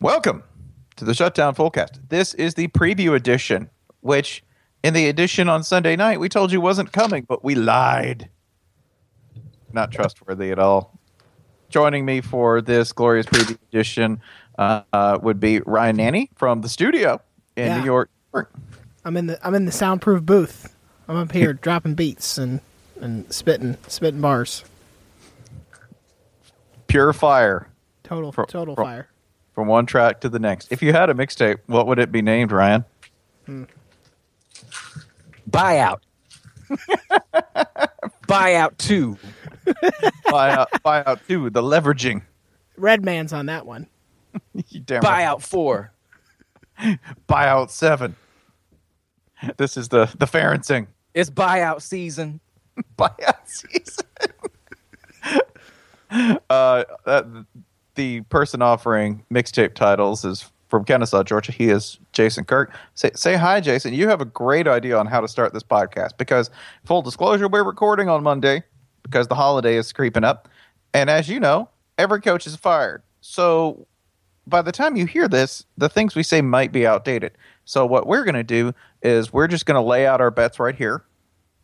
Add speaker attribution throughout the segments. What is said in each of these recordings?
Speaker 1: Welcome to the Shutdown Fullcast. This is the preview edition, which in the edition on Sunday night we told you wasn't coming, but we lied. Not trustworthy at all. Joining me for this glorious preview edition uh, uh, would be Ryan Nanny from the studio in
Speaker 2: Yeah.
Speaker 1: New York.
Speaker 2: I'm in the I'm in the soundproof booth. I'm up here dropping beats and and spitting spitting bars.
Speaker 1: Pure fire
Speaker 2: Total
Speaker 1: Pro-
Speaker 2: total
Speaker 1: pro-
Speaker 2: fire.
Speaker 1: from one track to the next. If you had a mixtape, what would it be named, Ryan?
Speaker 3: buyout. buyout two.
Speaker 1: Buyout, buyout two, the leveraging.
Speaker 2: Red Man's on that one.
Speaker 1: You damn right.
Speaker 3: Buyout four.
Speaker 1: buyout seven. This is the the Ferencing
Speaker 3: It's buyout season.
Speaker 1: buyout season. uh, that, the person offering mixtape titles is from Kennesaw, Georgia. He is Jason Kirk. Say say hi, Jason. You have a great idea on how to start this podcast because full disclosure, we're recording on Monday because the holiday is creeping up, and as you know, every coach is fired. So by the time you hear this, the things we say might be outdated. So what we're going to do is we're just going to lay out our bets right here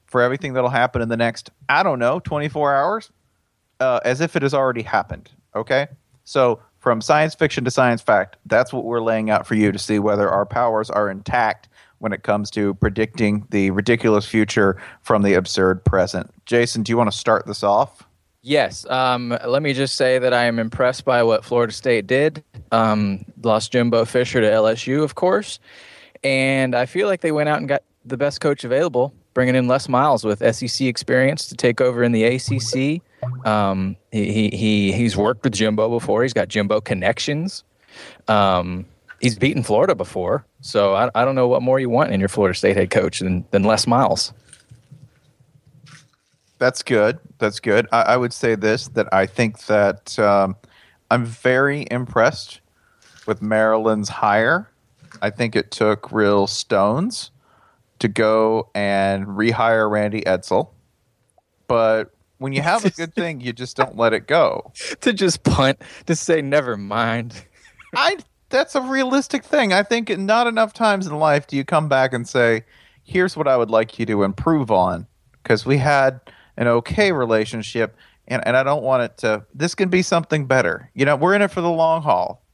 Speaker 1: for everything that'll happen in the next, I don't know, 24 hours, uh, as if it has already happened. Okay? So, from science fiction to science fact, that's what we're laying out for you to see whether our powers are intact when it comes to predicting the ridiculous future from the absurd present. Jason, do you want to start this off?
Speaker 3: Yes. Um, let me just say that I am impressed by what Florida State did. Um, lost Jimbo Fisher to LSU, of course. And I feel like they went out and got the best coach available, bringing in Les Miles with SEC experience to take over in the ACC. Um, he, he, he, he's worked with Jimbo before, he's got Jimbo connections. Um, he's beaten Florida before. So I, I don't know what more you want in your Florida State head coach than, than Les Miles.
Speaker 1: That's good. That's good. I, I would say this that I think that um, I'm very impressed with Maryland's hire. I think it took real stones to go and rehire Randy Edsel. But when you have a good thing, you just don't let it go.
Speaker 3: to just punt, to say, never mind.
Speaker 1: I that's a realistic thing. I think not enough times in life do you come back and say, "Here's what I would like you to improve on," because we had an okay relationship, and and I don't want it to. This can be something better. You know, we're in it for the long haul.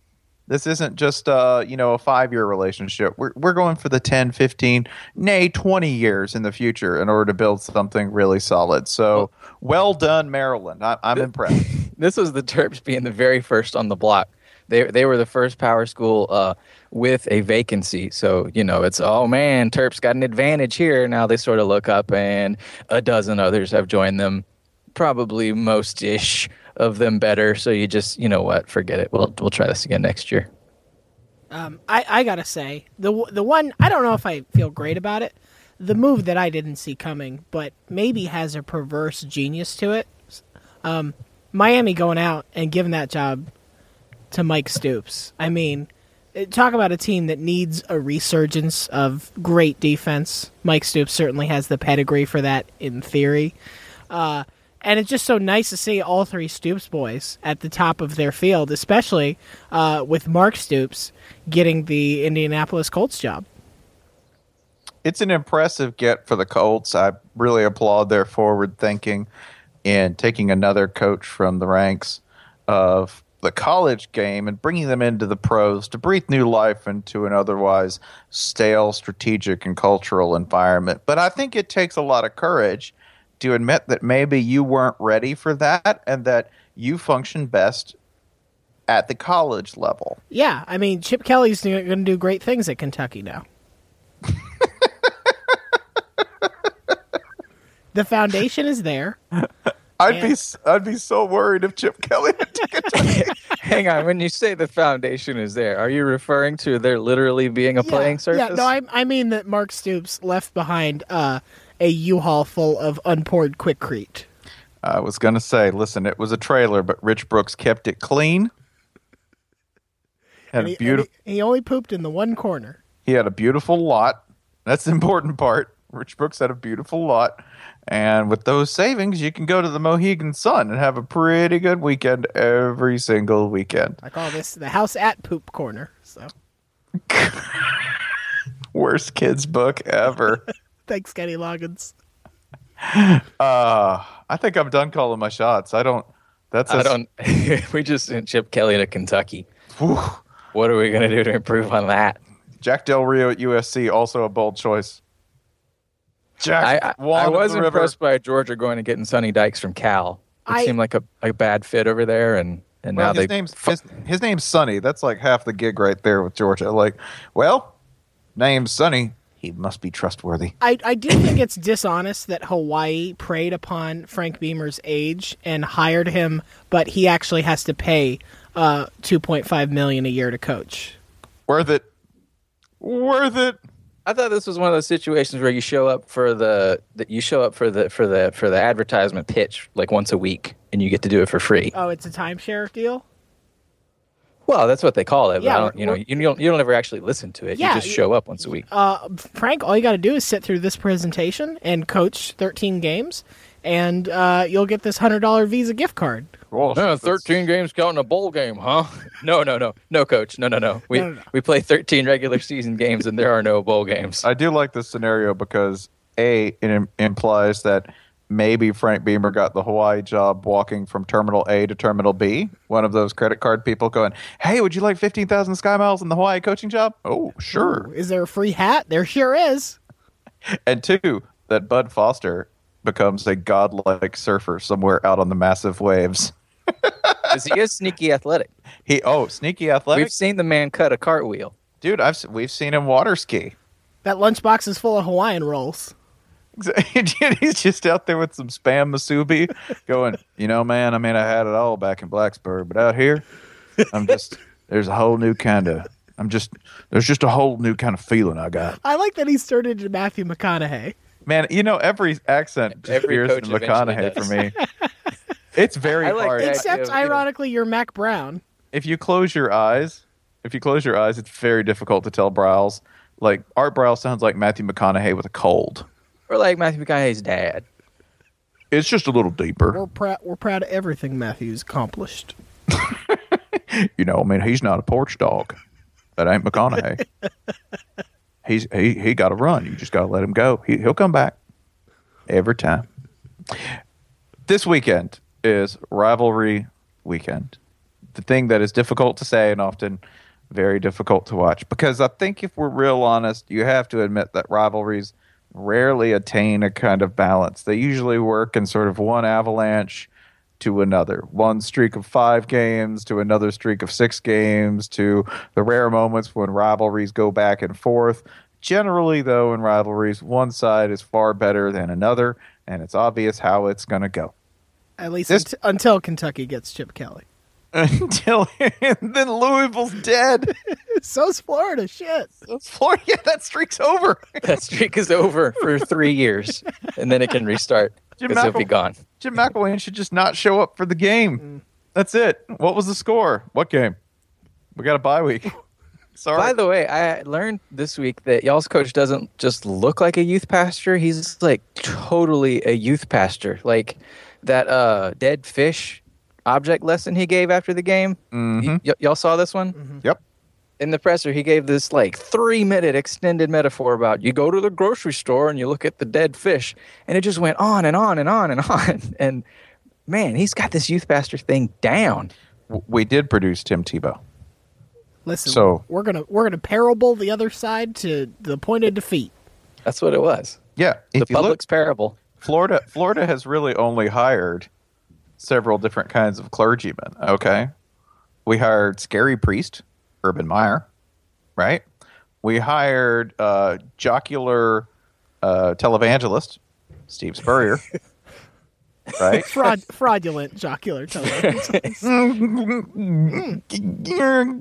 Speaker 1: This isn't just uh, you know a five year relationship. We're we're going for the 10, 15, nay twenty years in the future in order to build something really solid. So well done, Maryland. I, I'm impressed.
Speaker 3: this was the Terps being the very first on the block. They they were the first power school uh, with a vacancy. So you know it's oh man, Terps got an advantage here. Now they sort of look up, and a dozen others have joined them. Probably most ish of them better. So you just you know what, forget it. We'll we'll try this again next year.
Speaker 2: Um, I I gotta say the w- the one I don't know if I feel great about it. The move that I didn't see coming, but maybe has a perverse genius to it. Um, Miami going out and giving that job to Mike Stoops. I mean, it- talk about a team that needs a resurgence of great defense. Mike Stoops certainly has the pedigree for that in theory. Uh, and it's just so nice to see all three Stoops boys at the top of their field, especially uh, with Mark Stoops getting the Indianapolis Colts job.
Speaker 1: it's an impressive get for the Colts. I really applaud their forward thinking in taking another coach from the ranks of the college game and bringing them into the pros to breathe new life into an otherwise stale strategic and cultural environment. But I think it takes a lot of courage to admit that maybe you weren't ready for that and that you function best at the college level.
Speaker 2: Yeah, I mean Chip Kelly's going to do great things at Kentucky now. the foundation is there.
Speaker 1: I'd
Speaker 2: Yeah.
Speaker 1: be I'd be so worried if Chip Kelly had taken
Speaker 3: Hang on, when you say the foundation is there, are you referring to there literally being a playing surface?
Speaker 2: Yeah, no, I, I mean that Mark Stoops left behind uh, a U-Haul full of unpoured quickcrete.
Speaker 1: I was going to say, listen, it was a trailer, but Rich Brooks kept it clean. Had
Speaker 2: And he-
Speaker 1: a
Speaker 2: and
Speaker 1: beautiful
Speaker 2: he, he only pooped in the one corner.
Speaker 1: he had a beautiful lot. That's the important part. Rich Brooks had a beautiful lot. And with those savings, you can go to the Mohegan Sun and have a pretty good weekend every single weekend.
Speaker 2: I call this the house at poop corner. So
Speaker 1: Worst kids book ever.
Speaker 2: thanks, Kenny Loggins.
Speaker 1: uh, I think I'm done calling my shots. I don't. That's
Speaker 3: I don't. we just sent Chip Kelly to Kentucky. What are we gonna do to improve on that?
Speaker 1: Jack Del Rio at USC also a bold choice.
Speaker 3: I,
Speaker 1: Jack,
Speaker 3: I,
Speaker 1: Juan
Speaker 3: I
Speaker 1: of the
Speaker 3: was
Speaker 1: River.
Speaker 3: impressed by Georgia going and getting Sonny Dykes from Cal. It
Speaker 2: I-
Speaker 3: seemed like a, a bad fit over there, and and
Speaker 1: Well,
Speaker 3: now
Speaker 1: his
Speaker 3: they
Speaker 1: name's
Speaker 3: fu-
Speaker 1: his, his name's Sonny. That's like half the gig right there with Georgia. Like, well, name's Sonny. He must be trustworthy.
Speaker 2: I, I do think it's dishonest that Hawaii preyed upon Frank Beamer's age and hired him, but he actually has to pay uh, two point five million a year to coach.
Speaker 1: Worth it. Worth it.
Speaker 3: I thought this was one of those situations where you show up for the that you show up for the for the for the advertisement pitch like once a week, and you get to do it for free.
Speaker 2: Oh, it's a timeshare deal.
Speaker 3: Uh, Well, that's what they call it. But
Speaker 2: Yeah,
Speaker 3: I don't, you know,
Speaker 2: we're-
Speaker 3: you don't you don't ever actually listen to it.
Speaker 2: Yeah,
Speaker 3: you Oh. just
Speaker 2: you-
Speaker 3: show up once a week.
Speaker 2: Uh, Frank, all you got to do is sit through this presentation and coach thirteen games, and uh, you'll get this hundred dollar Visa gift card.
Speaker 1: Well,
Speaker 3: No,
Speaker 1: that's-
Speaker 3: Uh, thirteen games counting a bowl game, huh? No, no, no, no, coach, no, no, no. We
Speaker 2: No, no, no.
Speaker 3: we play thirteen regular season games, and there are no bowl games.
Speaker 1: I do like this scenario because a it im- implies that maybe Frank Beamer got the Hawaii job walking from Terminal A to Terminal B. One of those credit card people going, "Hey, would you like fifteen thousand sky miles in the Hawaii coaching job?" Oh, sure.
Speaker 2: Is there a free hat? There sure is.
Speaker 1: And two, that Bud Foster becomes a godlike surfer somewhere out on the massive waves.
Speaker 3: 'Cause he is sneaky athletic.
Speaker 1: He oh, sneaky athletic
Speaker 3: We've seen the man cut a cartwheel.
Speaker 1: dude. I've se- we've seen him water ski.
Speaker 2: That lunchbox is full of Hawaiian rolls.
Speaker 1: He's just out there with some spam masubi, going. You know, man. I mean, I had it all back in Blacksburg, but out here, I'm just there's a whole new kind of. I'm just there's just a whole new kind of feeling I got.
Speaker 2: I like that he's turned into Matthew McConaughey.
Speaker 1: Man, you know every accent just
Speaker 3: Every
Speaker 1: appears in
Speaker 3: coach eventually
Speaker 1: McConaughey for
Speaker 3: does.
Speaker 1: me. It's very
Speaker 3: I like
Speaker 1: hard.
Speaker 3: that.
Speaker 2: Except,
Speaker 3: yeah, you know.
Speaker 2: ironically, you're Mac Brown.
Speaker 1: if you close your eyes, if you close your eyes, it's very difficult to tell Browse. Like Art Browse sounds like Matthew McConaughey with a cold.
Speaker 3: Or like Matthew McConaughey's dad.
Speaker 1: It's just a little
Speaker 2: We're
Speaker 1: deeper,
Speaker 2: proud. We're proud of everything Matthew's accomplished.
Speaker 1: you know. I mean, he's not a porch dog. That ain't McConaughey. he's he he got to run. You just got to let him go. He, he'll come back every time. This weekend is rivalry weekend. The thing that is difficult to say and often very difficult to watch because I think if we're real honest, you have to admit that rivalries rarely attain a kind of balance. They usually work in sort of one avalanche to another, one streak of five games to another streak of six games to the rare moments when rivalries go back and forth. Generally, though, in rivalries, one side is far better than another, and it's obvious how it's going to go
Speaker 2: At least
Speaker 1: This-
Speaker 2: unt- until Kentucky gets Chip Kelly.
Speaker 1: until and then Louisville's dead.
Speaker 2: So's Florida. Shit.
Speaker 1: Florida, yeah, that streak's over.
Speaker 3: That streak is over for three years, and then it can restart
Speaker 1: Jim
Speaker 3: because he'll be
Speaker 1: McElwain-
Speaker 3: gone.
Speaker 1: Jim McElwain should just not show up for the game. That's it. What was the score? What game? We got a bye week. Sorry.
Speaker 3: By the way, I learned this week that y'all's coach doesn't just look like a youth pastor. He's like totally a youth pastor. Like that uh, dead fish object lesson he gave after the game. Y- y- y'all saw this one?
Speaker 1: yep.
Speaker 3: in the presser, he gave this like three minute extended metaphor about you go to the grocery store and you look at the dead fish, and it just went on and on and on and on. And man, he's got this youth pastor thing down.
Speaker 1: W- We did produce Tim Tebow.
Speaker 2: Listen.
Speaker 1: So-
Speaker 2: we're gonna we're gonna parable the other side to the point of defeat.
Speaker 3: That's what it was.
Speaker 1: Yeah. If
Speaker 3: the public's parable.
Speaker 1: Florida Florida has really only hired several different kinds of clergymen. Okay. We hired Scary Priest, Urban Meyer, right? We hired uh, jocular uh, televangelist, Steve Spurrier, right?
Speaker 2: Fraud, fraudulent, jocular television.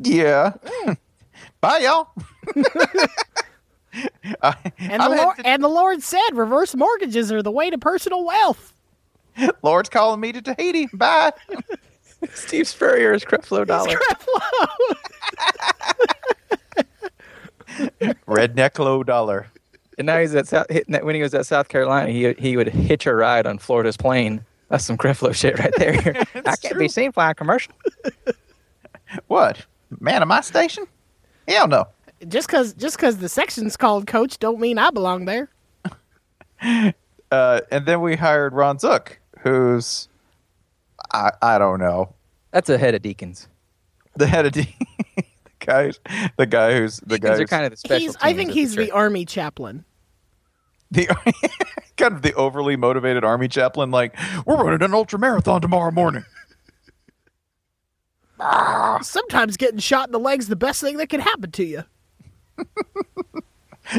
Speaker 1: yeah. Hmm. Bye, y'all. I-
Speaker 2: And the
Speaker 1: I'm
Speaker 2: Lord,
Speaker 1: headed
Speaker 2: and the Lord said reverse mortgages are the way to personal wealth.
Speaker 1: to- Lord's calling me to Tahiti. Bye.
Speaker 3: Steve Spurrier is Creflo Dollar.
Speaker 1: Redneck low dollar.
Speaker 3: and now he's at South, hitting that, when he was at South Carolina, he he would hitch a ride on Florida's plane. That's some Creflo shit right there. I can't be seen flying commercial.
Speaker 1: What? Man of my station? Hell no.
Speaker 2: Just cause just cause the section's called coach don't mean I belong there.
Speaker 1: Uh, and then we hired Ron Zook, who's I I don't know
Speaker 3: That's a head of Deacons.
Speaker 1: the head of D, the guy, the guy who's the guy
Speaker 3: Deacons are
Speaker 1: who's
Speaker 3: kind of the special.
Speaker 2: he's I
Speaker 3: teams
Speaker 2: think
Speaker 3: of the
Speaker 2: he's the,
Speaker 3: church.
Speaker 2: army chaplain.
Speaker 1: the kind of the overly motivated army chaplain. Like we're running an ultra marathon tomorrow morning.
Speaker 3: Ah.
Speaker 2: Sometimes getting shot in the leg's the best thing that can happen to you.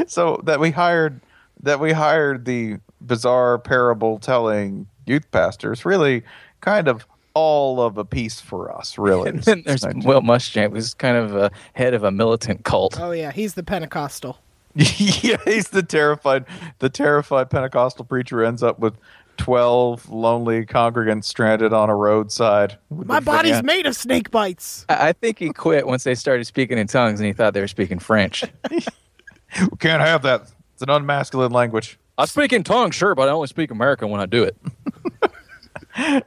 Speaker 1: so that we hired that we hired the bizarre parable telling youth pastors really kind of all of a piece for us really
Speaker 3: And then there's Will Muschamp, who's kind of a head of a militant cult.
Speaker 2: Oh yeah, he's the Pentecostal.
Speaker 1: yeah he's the terrified the terrified pentecostal preacher ends up with 12 lonely congregants stranded on a roadside with
Speaker 2: My
Speaker 1: the
Speaker 2: body's
Speaker 1: van.
Speaker 2: made of snake bites.
Speaker 3: I I think he quit once they started speaking in tongues, and he thought they were speaking French.
Speaker 1: We can't have that it's an unmasculine language
Speaker 3: I speak in tongues, sure, but I only speak American when I do it.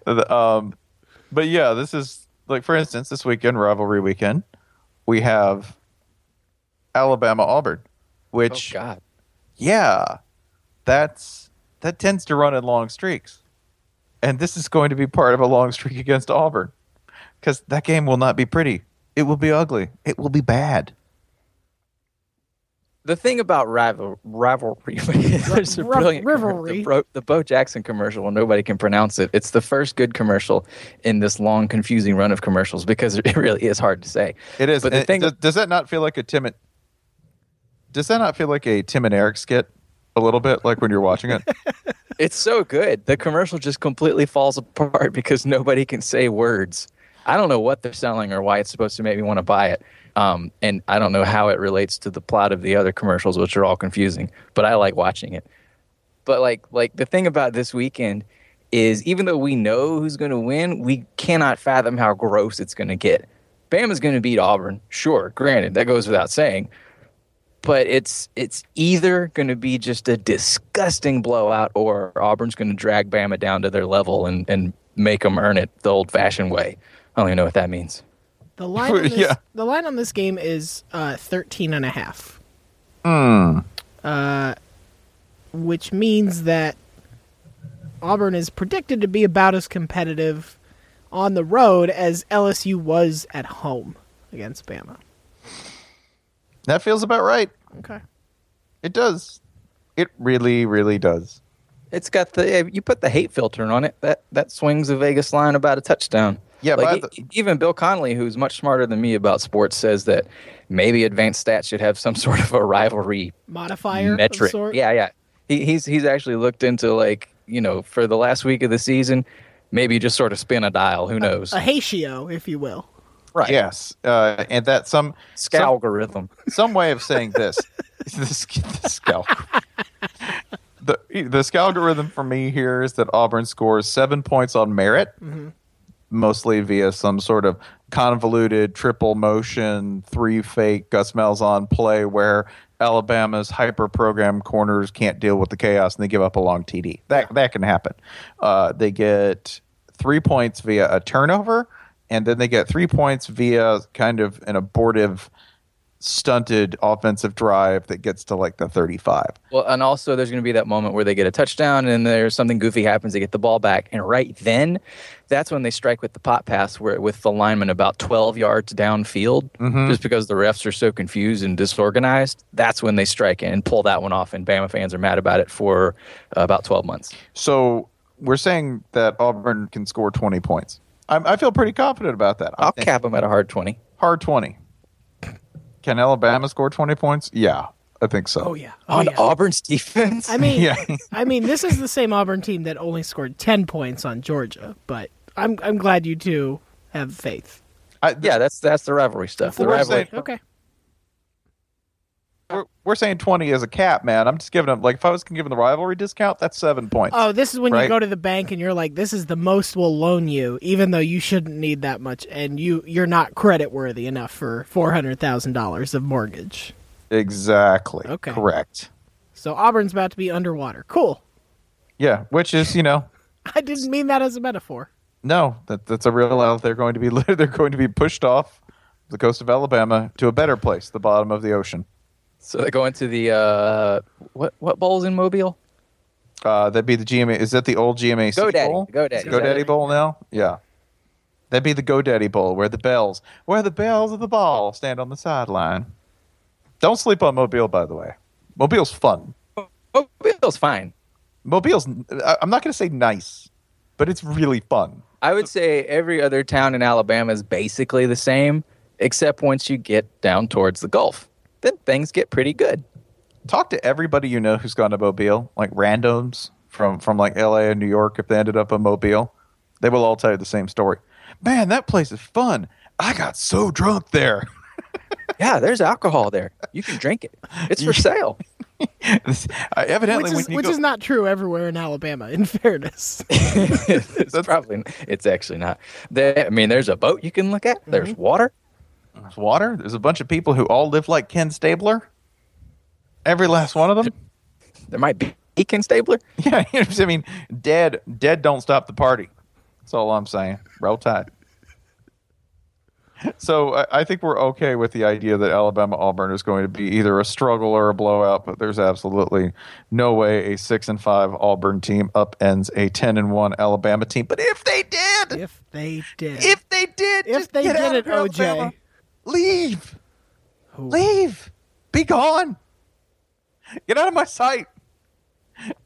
Speaker 1: The- um, but yeah, this is like for instance, this weekend rivalry weekend, we have Alabama Auburn, which
Speaker 3: God.
Speaker 1: yeah, that's that tends to run in long streaks, and this is going to be part of a long streak against Auburn because that game will not be pretty. It will be ugly. It will be bad.
Speaker 3: The thing about rival, rivalry, there's a
Speaker 2: Ri-
Speaker 3: brilliant commer-
Speaker 2: rivalry.
Speaker 3: The, Bro, the Bo Jackson commercial, and nobody can pronounce it. It's the first good commercial in this long, confusing run of commercials because it really is hard to say.
Speaker 1: It is.
Speaker 3: But the
Speaker 1: and
Speaker 3: thing-
Speaker 1: does, does that not feel like a Tim? and- Does that not feel like a Tim and Eric skit a little bit, like when you're watching it?
Speaker 3: It's so good. The commercial just completely falls apart because nobody can say words. I don't know what they're selling or why it's supposed to make me want to buy it. Um, and I don't know how it relates to the plot of the other commercials, which are all confusing, but I like watching it. But like like the thing about this weekend is even though we know who's going to win, we cannot fathom how gross it's going to get. Bama's going to beat Auburn, sure, granted, that goes without saying but it's it's either going to be just a disgusting blowout or Auburn's going to drag Bama down to their level and and make them earn it the old-fashioned way. I don't even know what that means.
Speaker 2: The line on this,
Speaker 1: Yeah.
Speaker 2: the line on this game is uh 13 and a half. Hmm. Uh which means that Auburn is predicted to be about as competitive on the road as LSU was at home against Bama.
Speaker 1: that feels about right.
Speaker 2: Okay.
Speaker 1: It does. It really, really does.
Speaker 3: It's got the you put the hate filter on it. That that swings the Vegas line about a touchdown.
Speaker 1: Yeah,
Speaker 3: like,
Speaker 1: but I-
Speaker 3: e- even Bill Connolly, who's much smarter than me about sports, says that maybe advanced stats should have some sort of a rivalry
Speaker 2: Modifier Of
Speaker 3: metric.
Speaker 2: sort.
Speaker 3: Yeah, yeah. He, he's he's actually looked into like you know for the last week of the season, maybe just sort of spin a dial. Who knows?
Speaker 2: A hatio, if you will.
Speaker 3: right.
Speaker 1: Yes, uh, and that some some,
Speaker 3: Scalgorithm.
Speaker 1: some way of saying this. the, sc- the scal- the the scalgorithm for me here is that Auburn scores seven points on merit, mostly via some sort of convoluted triple motion, three fake Gus Malzahn play where Alabama's hyper program corners can't deal with the chaos and they give up a long TD. That that can happen. Uh, they get three points via a turnover, and then they get three points via kind of an abortive. Stunted offensive drive that gets to like the 35.
Speaker 3: Well, and also there's going to be that moment where they get a touchdown and there's something goofy happens. They get the ball back, and right then, that's when they strike with the pot pass, where with the lineman about 12 yards downfield,
Speaker 1: Mm-hmm.
Speaker 3: just because the refs are so confused and disorganized. That's when they strike and pull that one off, and Bama fans are mad about it for uh, about 12 months.
Speaker 1: So we're saying that Auburn can score 20 points. I, I feel pretty confident about that. I
Speaker 3: I'll
Speaker 1: think
Speaker 3: cap them at a hard 20.
Speaker 1: hard 20. Can Alabama score 20 points? Yeah, I think so.
Speaker 2: Oh yeah. Oh,
Speaker 3: on
Speaker 2: yeah.
Speaker 3: Auburn's defense.
Speaker 2: I mean,
Speaker 1: Yeah.
Speaker 2: I mean, this is the same Auburn team that only scored ten points on Georgia, but I'm I'm glad you two have faith.
Speaker 1: I,
Speaker 3: yeah, that's that's the rivalry stuff. The
Speaker 1: Well, we're
Speaker 3: rivalry.
Speaker 1: saying-
Speaker 2: Okay.
Speaker 1: we're, we're saying 20 is a cap, man. I'm just giving them, like, if I was giving the rivalry discount, that's seven points.
Speaker 2: Oh, this is when you
Speaker 1: Right.
Speaker 2: go to the bank and you're like, "This is the most we'll loan you," even though you shouldn't need that much, and you you're not credit worthy enough for four hundred thousand dollars of mortgage.
Speaker 1: exactly.
Speaker 2: Okay.
Speaker 1: Correct.
Speaker 2: So Auburn's about to be underwater. Cool.
Speaker 1: Yeah, which is you know
Speaker 2: I didn't mean that as a metaphor.
Speaker 1: no that that's a real out. They're going to be they're going to be pushed off the coast of Alabama to a better place, the bottom of the ocean.
Speaker 3: So they're going to the uh, what what bowls in Mobile?
Speaker 1: Uh, that'd be the GMA. Is that the old GMAC
Speaker 3: GoDaddy.
Speaker 1: Bowl?
Speaker 3: GoDaddy.
Speaker 1: GoDaddy Bowl now? Yeah. That'd be the GoDaddy Bowl, where the bells, where the bells of the ball stand on the sideline. Don't sleep on Mobile, by the way. Mobile's fun.
Speaker 3: Mobile's fine.
Speaker 1: Mobile's. I- I'm not going to say nice, but it's really fun.
Speaker 3: I would say every other town in Alabama is basically the same, except once you get down towards the Gulf. Then things get pretty good.
Speaker 1: Talk to everybody you know who's gone to Mobile, like randoms from from like L.A. and New York. If they ended up in Mobile, they will all tell you the same story. Man, that place is fun. I got so drunk there.
Speaker 3: Yeah, there's alcohol there. You can drink it. It's for sale.
Speaker 1: This- I- Uh, evidently,
Speaker 2: Which is
Speaker 1: when you
Speaker 2: which
Speaker 1: go-
Speaker 2: is not true everywhere in Alabama, in fairness.
Speaker 3: it's probably it's actually not. There, I mean, there's a boat you can look at. There's water.
Speaker 1: There's water. There's a bunch of people who all live like Ken Stabler. Every last one of them.
Speaker 3: There might be Eakin Stabler.
Speaker 1: Yeah, I mean, dead, dead. Don't stop the party. That's all I'm saying. Roll Tide. So I, I think we're okay with the idea that Alabama Auburn is going to be either a struggle or a blowout, but there's absolutely no way a six and five Auburn team upends a ten and one Alabama team. But if they did,
Speaker 2: if they did.
Speaker 1: if they did,
Speaker 2: If
Speaker 1: just
Speaker 2: they
Speaker 1: get
Speaker 2: did
Speaker 1: out of
Speaker 2: it,
Speaker 1: here,
Speaker 2: OJ.
Speaker 1: Alabama. leave.
Speaker 2: Who-
Speaker 1: Leave. Be gone. Get out of my sight.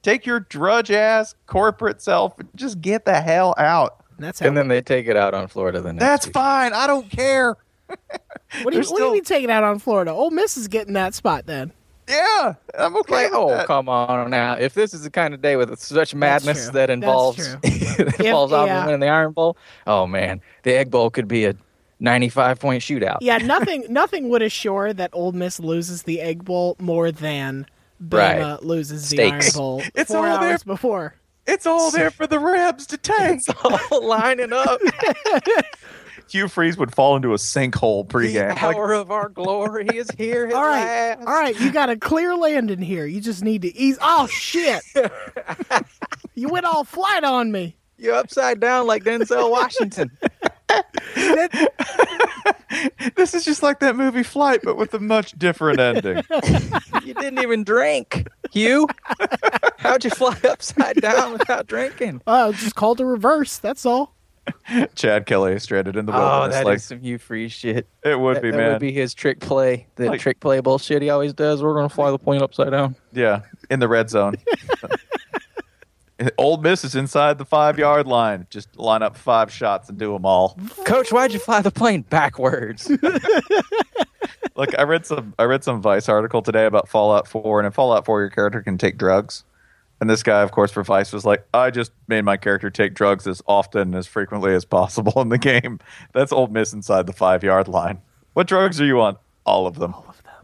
Speaker 1: Take your drudge ass corporate self and just get the hell out.
Speaker 2: that's how
Speaker 3: And then they take it out on Florida the next
Speaker 1: That's
Speaker 3: week.
Speaker 1: fine. I don't care.
Speaker 2: What do you,
Speaker 1: They're
Speaker 2: what do you
Speaker 1: still-
Speaker 2: mean taking out on Florida? Ole Miss is getting that spot then.
Speaker 1: Yeah, I'm okay.
Speaker 3: Like,
Speaker 1: with
Speaker 3: oh,
Speaker 1: that.
Speaker 3: come on now. If this is the kind of day with such madness
Speaker 2: true.
Speaker 3: that
Speaker 2: uh, That's
Speaker 3: involves
Speaker 2: true.
Speaker 3: that involves Auburn
Speaker 2: yeah.
Speaker 3: winning the Iron Bowl, oh man, the Egg Bowl could be a 95 point shootout.
Speaker 2: Yeah, nothing nothing would assure that Ole Miss loses the Egg Bowl more than Bama
Speaker 3: Right.
Speaker 2: loses the Iron
Speaker 3: Stakes.
Speaker 2: Bowl
Speaker 1: It's
Speaker 2: four
Speaker 1: all there.
Speaker 2: hours before.
Speaker 1: It's all there for the Rams to take.
Speaker 3: All lining up
Speaker 1: Hugh Freeze would fall into a sinkhole
Speaker 3: the
Speaker 1: pregame. Like,
Speaker 3: hour of our glory is here at
Speaker 2: All right,
Speaker 3: last.
Speaker 2: all right. You got a clear land in here. You just need to ease. Oh shit! you went all flight on me.
Speaker 3: You're upside down like Denzel Washington.
Speaker 1: this is just like that movie Flight, but with a much different ending.
Speaker 3: you didn't even drink, Hugh. How'd you fly upside down without drinking?
Speaker 2: Oh, it's just called a reverse. That's all.
Speaker 1: Chad Kelly is stranded in the
Speaker 3: Oh,
Speaker 1: wilderness.
Speaker 3: that is
Speaker 1: like,
Speaker 3: some Hugh Freeze shit.
Speaker 1: it would
Speaker 3: that,
Speaker 1: be,
Speaker 3: that
Speaker 1: man.
Speaker 3: would be his trick play. The
Speaker 1: Like-
Speaker 3: trick play bullshit he always does. We're gonna fly the plane upside down.
Speaker 1: Yeah, in the red zone. Old Miss is inside the five yard line. Just line up five shots and do them all.
Speaker 3: Coach, why'd you fly the plane backwards?
Speaker 1: Look, I read some I read some Vice article today about Fallout Four, and in Fallout Four, your character can take drugs. And this guy, of course, for Vice was like, I just made my character take drugs as often and as frequently as possible in the game. That's Old Miss inside the five yard line. What drugs are you on? All of them. All of them.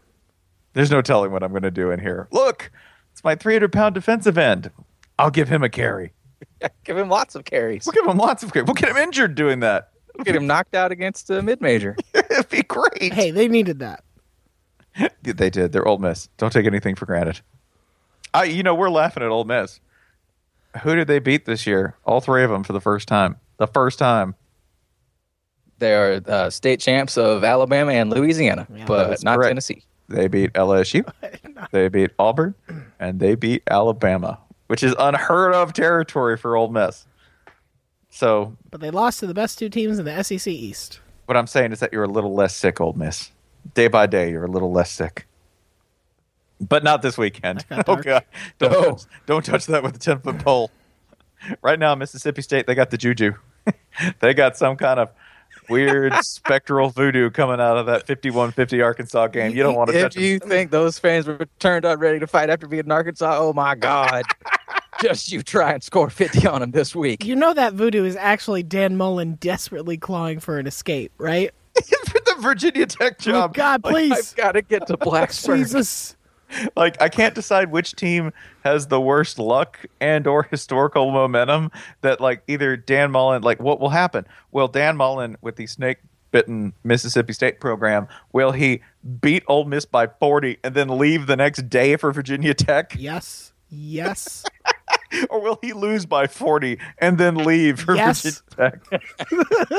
Speaker 1: There's no telling what I'm going to do in here. Look, it's my 300 pound defensive end. I'll give him a carry.
Speaker 3: Give him lots of carries.
Speaker 1: We'll give him lots of credit. We'll get him injured doing that.
Speaker 3: Get him knocked out against a mid major.
Speaker 1: It'd be great.
Speaker 2: Hey, they needed that.
Speaker 1: They did. They're Ole Miss. Don't take anything for granted. I, you know, we're laughing at Ole Miss. Who did they beat this year? All three of them for the first time. The first time.
Speaker 3: They are uh, state champs of Alabama and Louisiana,
Speaker 2: Yeah.
Speaker 1: That
Speaker 3: but
Speaker 1: is
Speaker 3: not
Speaker 1: correct.
Speaker 3: Tennessee.
Speaker 1: They beat LSU. They beat Auburn, and they beat Alabama, which is unheard of territory for Ole Miss. So,
Speaker 2: But they lost to the best two teams in the SEC East.
Speaker 1: what I'm saying is that you're a little less sick, Ole Miss. Day by day, you're a little less sick. But not this weekend.
Speaker 2: got
Speaker 1: Oh
Speaker 2: dark.
Speaker 1: God! Don't
Speaker 3: No.
Speaker 1: touch, don't touch that with a ten foot pole. Right now, Mississippi State they got the juju. they got some kind of weird spectral voodoo coming out of that fifty-one fifty Arkansas game. You don't want to
Speaker 3: If
Speaker 1: touch.
Speaker 3: you think those fans were turned on ready to fight after being in Arkansas, oh my God. Just you try and score 50 on them this week.
Speaker 2: You know that voodoo is actually Dan Mullen desperately clawing for an escape, right?
Speaker 1: for the Virginia Tech
Speaker 2: Oh,
Speaker 1: job.
Speaker 2: God,
Speaker 3: I've
Speaker 2: please,
Speaker 3: got to get to Blacksburg.
Speaker 2: Jesus.
Speaker 1: like I can't decide which team has the worst luck and or historical momentum that like either Dan Mullen like what will happen? Will Dan Mullen with the snake bitten Mississippi State program. Will he beat Ole Miss by 40 and then leave the next day for Virginia Tech?
Speaker 2: Yes. Yes.
Speaker 1: Or will he lose by 40 and then leave for
Speaker 2: Yes.
Speaker 1: Virginia Tech?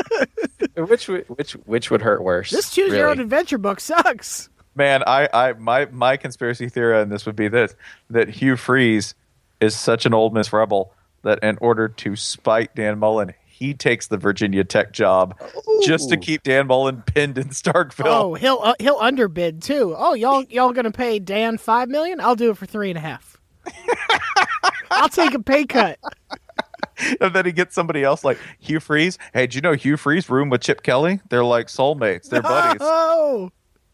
Speaker 3: Which would- which which would hurt worse?
Speaker 2: this choose your own
Speaker 3: really?
Speaker 2: adventure book sucks.
Speaker 1: Man, I, I my my conspiracy theory on this would be this that Hugh Freeze is such an Ole Miss rebel that in order to spite Dan Mullen, he takes the Virginia Tech job just to
Speaker 3: Ooh.
Speaker 1: keep Dan Mullen pinned in Starkville.
Speaker 2: Oh, he'll uh, he'll underbid too. Oh, y'all y'all gonna pay Dan five million? I'll do it for three and a half. I'll take a pay cut.
Speaker 1: and then he gets somebody else like Hugh Freeze. Hey, do you know Hugh Freeze room with Chip Kelly? They're like soulmates. They're buddies.
Speaker 2: Oh,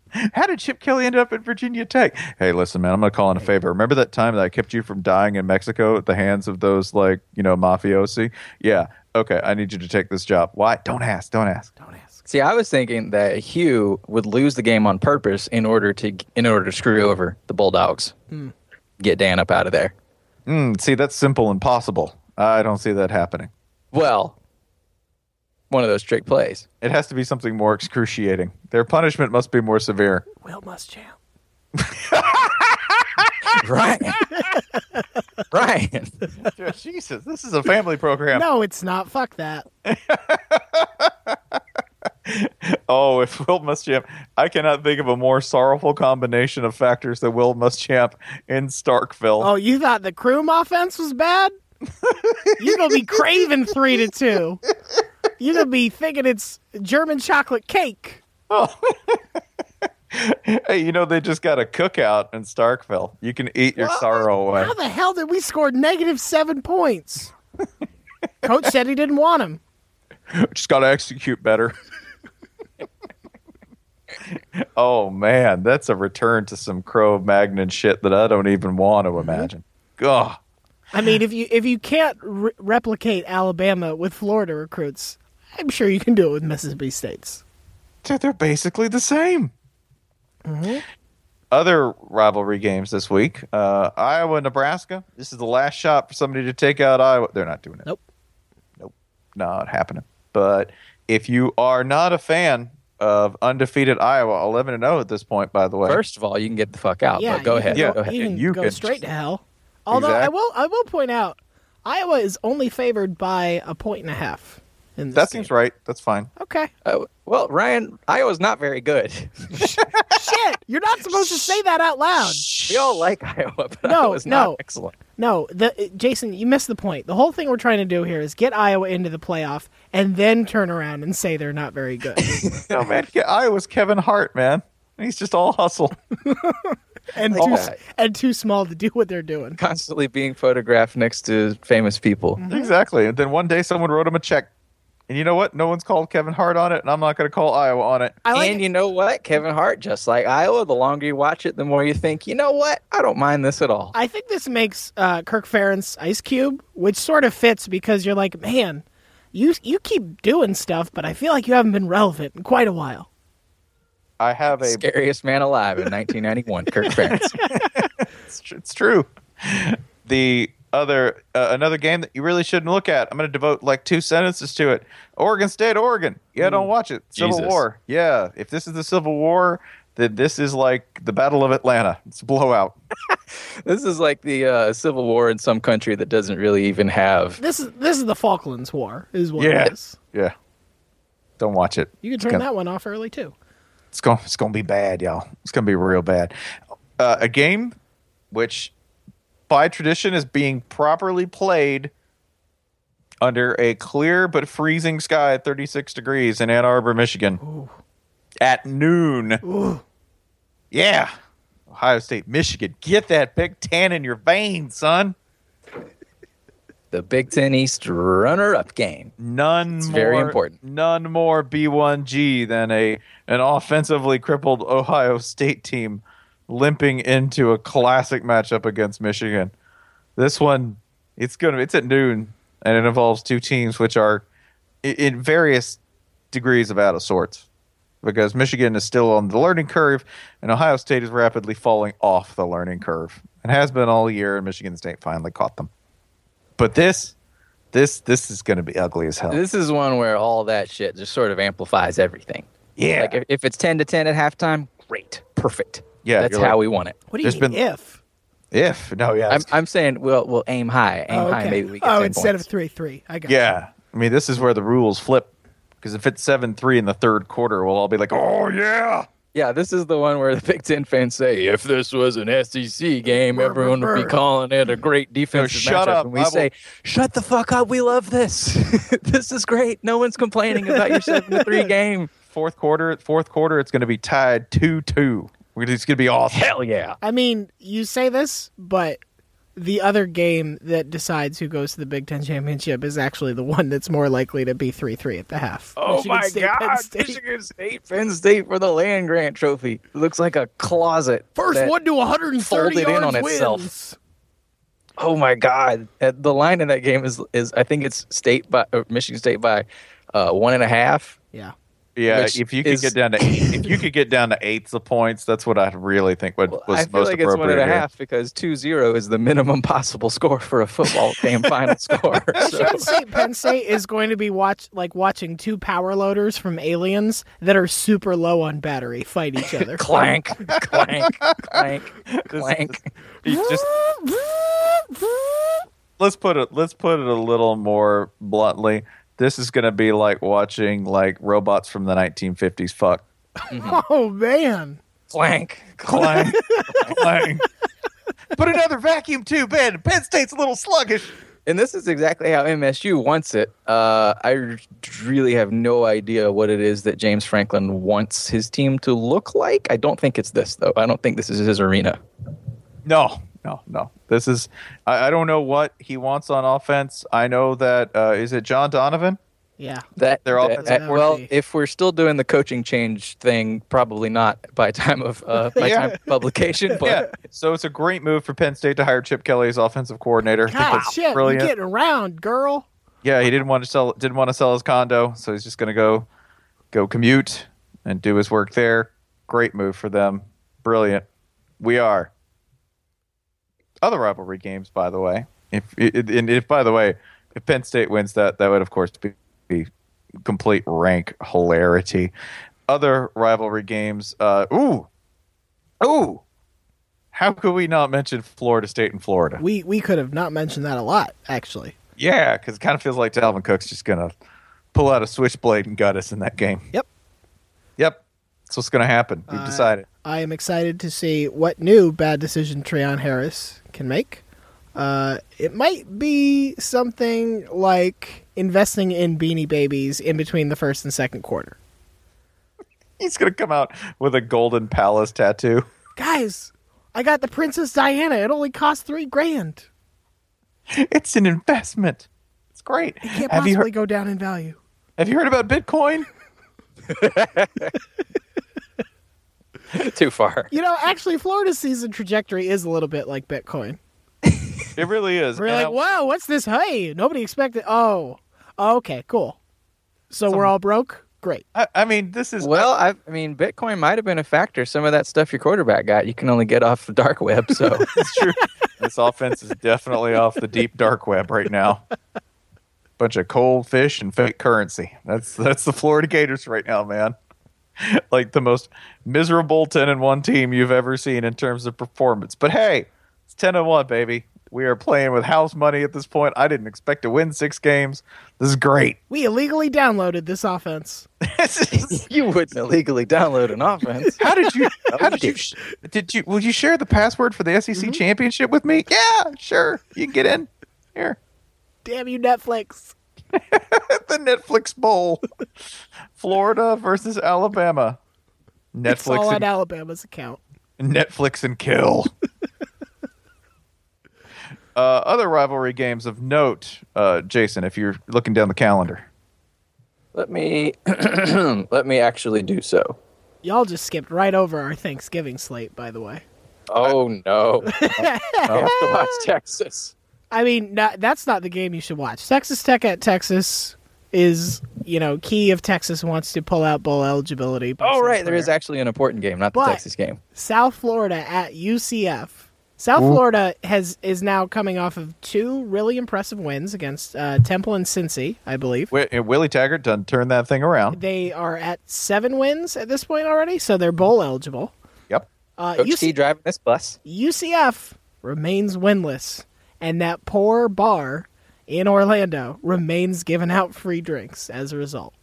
Speaker 1: How did Chip Kelly end up at Virginia Tech? Hey, listen, man, I'm gonna call in a favor. Remember that time that I kept you from dying in Mexico at the hands of those like you know mafiosi? Yeah. Okay, I need you to take this job. Why? Don't ask. Don't ask.
Speaker 2: don't ask.
Speaker 3: See, I was thinking that Hugh would lose the game on purpose in order to in order to screw over the Bulldogs,
Speaker 2: Hmm.
Speaker 3: get Dan up out of there.
Speaker 1: Mm, see, that's simple and possible. I don't see that happening.
Speaker 3: Well, one of those trick plays.
Speaker 1: It has to be something more excruciating. Their punishment must be more severe.
Speaker 2: Will Muschamp.
Speaker 3: Right. Ryan.
Speaker 1: Jesus, this is a family program.
Speaker 2: No, it's not. Fuck that.
Speaker 1: Oh, if Will Muschamp, I cannot think of a more sorrowful combination of factors than Will Muschamp in Starkville.
Speaker 2: Oh, you thought the Croom offense was bad? You're gonna be craving three to two. You're gonna be thinking it's German chocolate cake.
Speaker 1: Hey, you know they just got a cookout in Starkville. You can eat your sorrow away.
Speaker 2: How the hell did we score negative seven points? Coach said he didn't want him.
Speaker 1: Just got to execute better. oh man, that's a return to some Crow Magnon shit that I don't even want to imagine. Gah.
Speaker 2: I mean, if you if you can't re- replicate Alabama with Florida recruits, I'm sure you can do it with Mississippi State's.
Speaker 1: Dude, they're basically the same. Mm-hmm. Other rivalry games this week: uh, Iowa, Nebraska. This is the last shot for somebody to take out Iowa. They're not doing it.
Speaker 2: Nope.
Speaker 1: Nope. Not happening. But if you are not a fan of undefeated Iowa, eleven and zero at this point, by the way,
Speaker 3: First of all, you can get the fuck out.
Speaker 2: yeah,
Speaker 3: Uh, but go
Speaker 2: you can
Speaker 3: ahead.
Speaker 1: Yeah.
Speaker 3: Go ahead.
Speaker 2: You can
Speaker 1: You
Speaker 2: go
Speaker 1: can-
Speaker 2: straight to hell. Although I
Speaker 1: Exact-
Speaker 2: will I will point out, Iowa is only favored by a point and a half. In this
Speaker 1: that seems right. That's fine.
Speaker 2: right. Okay.
Speaker 3: Uh, well, Ryan, Iowa's not very good.
Speaker 2: Shit, you're not supposed to say that out loud.
Speaker 3: We all like Iowa, but
Speaker 2: No,
Speaker 3: Iowa's not
Speaker 2: no.
Speaker 3: excellent.
Speaker 2: No, the Jason, you missed the point. The whole thing we're trying to do here is get Iowa into the playoff and then turn around and say they're not very good.
Speaker 1: No Oh, man, Ke- Iowa's Kevin Hart, man. He's just all hustle.
Speaker 2: and
Speaker 3: Like
Speaker 2: too s-
Speaker 3: that.
Speaker 2: and too small to do what they're doing.
Speaker 3: Constantly being photographed next to famous
Speaker 2: Hmm.
Speaker 3: people.
Speaker 2: Mm-hmm.
Speaker 1: exactly. And then one day someone wrote him a check. And you know what? No one's called Kevin Hart on it, and I'm not going to call Iowa on it.
Speaker 2: I like
Speaker 3: and you know what? Kevin Hart, just like Iowa, the longer you watch it, the more you think, you know what? I don't mind this at all.
Speaker 2: I think this makes uh, Kirk Ferentz Ice Cube, which sort of fits because you're like, man, you you keep doing stuff, but I feel like you haven't been relevant in quite a while.
Speaker 1: I have a
Speaker 3: Scariest man alive in 1991, Kirk Ferentz.
Speaker 1: It's, tr- it's true. The other uh, another game that you really shouldn't look at. I'm going to devote like two sentences to it. Oregon State, Oregon. Yeah,
Speaker 2: Mm.
Speaker 1: don't watch it. Civil
Speaker 3: Jesus.
Speaker 1: War. Yeah, if this is the Civil War, then this is like the Battle of Atlanta. It's a blowout.
Speaker 3: This is like the uh, Civil War in some country that doesn't really even have.
Speaker 2: This is this is the Falklands War, is what
Speaker 1: Yeah.
Speaker 2: it is.
Speaker 1: Yeah, don't watch it.
Speaker 2: You can
Speaker 1: It's
Speaker 2: turn
Speaker 1: gonna-
Speaker 2: that one off early too.
Speaker 1: It's going. It's going to be bad, y'all. It's going to be real bad. Uh, a game which, by tradition, is being properly played under a clear but freezing sky at 36 degrees in Ann Arbor, Michigan, at noon. Yeah, Ohio State, Michigan. Get that Big Ten in your veins, son.
Speaker 3: The Big Ten East runner-up game.
Speaker 1: None more.
Speaker 3: very important.
Speaker 1: None more B1G than a an offensively crippled Ohio State team limping into a classic matchup against Michigan. This one, it's gonna it's at noon, and it involves two teams which are i- in various degrees of out of sorts because Michigan is still on the learning curve, and Ohio State is rapidly falling off the learning curve and has been all year. And Michigan State finally caught them. But this This this is going to be ugly as hell.
Speaker 3: This is one where all that shit just sort of amplifies everything.
Speaker 1: yeah,
Speaker 3: Like if, if it's 10 to 10 at halftime, great. Perfect.
Speaker 1: Yeah,
Speaker 3: That's
Speaker 1: you're
Speaker 3: how
Speaker 1: like-
Speaker 3: we want it.
Speaker 2: What do you
Speaker 1: There's
Speaker 2: mean
Speaker 1: been-
Speaker 2: if?
Speaker 1: if no, yeah,
Speaker 3: I'm,
Speaker 1: it's-
Speaker 3: I'm saying we'll, we'll aim high. Aim
Speaker 2: Oh,
Speaker 3: high.
Speaker 2: okay.
Speaker 3: Maybe we get
Speaker 2: oh
Speaker 3: 10
Speaker 2: instead
Speaker 3: points.
Speaker 2: of three three. I got you.
Speaker 1: yeah. I mean, this is where the rules flip because if it's seven three in the third quarter, we'll all be like, oh yeah,
Speaker 3: Yeah, this is the one where the Big Ten fans say, if this was an SEC game, everyone would be calling it a great defensive
Speaker 1: No, shut
Speaker 3: matchup.
Speaker 1: up,
Speaker 3: And we
Speaker 1: I will-
Speaker 3: say, shut the fuck up. We love this. this is great. No one's complaining about your 7 to 3 game.
Speaker 1: fourth quarter, fourth quarter, it's going to be tied two two. It's going to be awesome.
Speaker 3: Hell yeah.
Speaker 2: I mean, you say this, but the other game that decides who goes to the Big Ten championship is actually the one that's more likely to be three three at the half.
Speaker 3: Oh
Speaker 2: Michigan
Speaker 3: my
Speaker 2: State, Penn
Speaker 3: God!
Speaker 2: State.
Speaker 3: Michigan State, Penn State for the land grant trophy. Looks like a closet.
Speaker 2: First
Speaker 3: that-
Speaker 2: one to 130
Speaker 3: folded in
Speaker 2: yards
Speaker 3: on itself.
Speaker 2: wins.
Speaker 3: Oh my God! Uh, The line in that game is is I think it's state by uh, Michigan State by uh, one and a half.
Speaker 2: Yeah.
Speaker 1: Yeah,
Speaker 3: which
Speaker 1: if you could
Speaker 3: is-
Speaker 1: get down to if you could get down to eighths of points, that's what I really think would was
Speaker 3: I
Speaker 1: most
Speaker 3: feel like
Speaker 1: appropriate.
Speaker 3: it's one and a
Speaker 1: here.
Speaker 3: half because two zero is the minimum possible score for a football game final score. So,
Speaker 2: Michigan State Penn State is going to be watch like watching two power loaders from aliens that are super low on battery fight each other.
Speaker 3: clank, clank, clank, clank.
Speaker 1: You just let's put it let's put it a little more bluntly. This is going to be like watching like robots from the 1950s. Fuck,
Speaker 2: Oh man.
Speaker 3: Clank, clank.
Speaker 1: clang, clang. Put another vacuum tube in. Penn State's a little sluggish.
Speaker 3: And this is exactly how MSU wants it. Uh, I r- really have no idea what it is that James Franklin wants his team to look like. I don't think it's this, though. I don't think this is his arena.
Speaker 1: No, no, no. This is I, I don't know what he wants on offense. I know that uh, is it John Donovan.
Speaker 2: Yeah.
Speaker 3: That
Speaker 1: Their
Speaker 3: that-
Speaker 1: offensive
Speaker 3: that- well,
Speaker 2: coordinator.
Speaker 3: if we're still doing the coaching change thing, probably not by time of uh, by
Speaker 1: Yeah.
Speaker 3: time of publication. But
Speaker 1: Yeah, so it's a great move for Penn State to hire Chip Kelly as offensive coordinator. I think
Speaker 2: God,
Speaker 1: that's
Speaker 2: shit,
Speaker 1: brilliant.
Speaker 2: you getting around, girl.
Speaker 1: Yeah, he didn't want to sell didn't want to sell his condo, so he's just going to go go commute and do his work there. Great move for them. Brilliant. We are. Other rivalry games, by the way. If and if by the way, if Penn State wins that, that would of course be, be complete rank hilarity. Other rivalry games. Uh, ooh, ooh. How could we not mention Florida State and Florida?
Speaker 2: We we could have not mentioned that a lot, actually.
Speaker 1: Yeah, because it kind of feels like Dalvin Cook's just going to pull out a switchblade and gut us in that game.
Speaker 2: Yep.
Speaker 1: Yep. That's what's going to happen. We've
Speaker 2: Uh,
Speaker 1: decided.
Speaker 2: I am excited to see what new bad decision Treyon Harris can make. Uh, it might be something like investing in Beanie Babies in between the first and second quarter.
Speaker 1: He's going to come out with a Golden Palace tattoo.
Speaker 2: Guys, I got the Princess Diana. It only cost three grand.
Speaker 1: It's an investment. It's great.
Speaker 2: Can't
Speaker 1: Have
Speaker 2: possibly
Speaker 1: you, heard,
Speaker 2: go down in value.
Speaker 1: have you heard about Bitcoin?
Speaker 3: too far.
Speaker 2: You know, actually, Florida's season trajectory is a little bit like Bitcoin.
Speaker 1: It really is.
Speaker 2: We're
Speaker 1: And
Speaker 2: like,
Speaker 1: I-
Speaker 2: whoa, what's this? Hey, nobody expected. Oh, okay, cool. So we're all broke? Great.
Speaker 1: I, I mean, this is.
Speaker 3: Well, I, I mean, Bitcoin might have been a factor. Some of that stuff your quarterback got, you can only get off the dark web. So
Speaker 1: It's true. this offense is definitely off the deep dark web right now. Bunch of cold fish and fake currency. That's that's the Florida Gators right now, man. Like the most miserable ten and one team you've ever seen in terms of performance. But hey, it's ten and one, baby. We are playing with house money at this point. I didn't expect to win six games. This is great.
Speaker 2: We illegally downloaded this offense.
Speaker 1: This is-
Speaker 3: you wouldn't illegally download an offense.
Speaker 1: how did you? How
Speaker 3: you
Speaker 1: did you? Did you? Will you share the password for the SEC championship with me? Yeah, sure. You can get in here.
Speaker 2: Damn you, Netflix.
Speaker 1: the Netflix Bowl. Florida versus Alabama.
Speaker 2: It's all
Speaker 1: Netflix
Speaker 2: on
Speaker 1: and,
Speaker 2: Alabama's account.
Speaker 1: Netflix and kill. uh, other rivalry games of note, uh, Jason, if you're looking down the calendar.
Speaker 3: Let me let me actually do so.
Speaker 2: Y'all just skipped right over our Thanksgiving slate, by the way.
Speaker 3: Oh no! I have to watch Texas.
Speaker 2: I mean, not, that's not the game you should watch. Texas Tech at Texas is, you know, key if Texas wants to pull out bowl eligibility. by
Speaker 3: Oh
Speaker 2: some
Speaker 3: right, there
Speaker 2: player.
Speaker 3: is actually an important game, not the
Speaker 2: But-
Speaker 3: Texas game.
Speaker 2: South Florida at UCF South Florida has is now coming off of two really impressive wins against uh, Temple and Cincy, I believe.
Speaker 1: Wi- uh, Willie Taggart done turned that thing around.
Speaker 2: They are at seven wins at this point already, so they're bowl eligible.
Speaker 1: Yep.
Speaker 2: Uh,
Speaker 3: Coach
Speaker 2: UC-
Speaker 3: T driving this bus.
Speaker 2: UCF remains winless, and that poor bar in Orlando remains giving out free drinks as a result.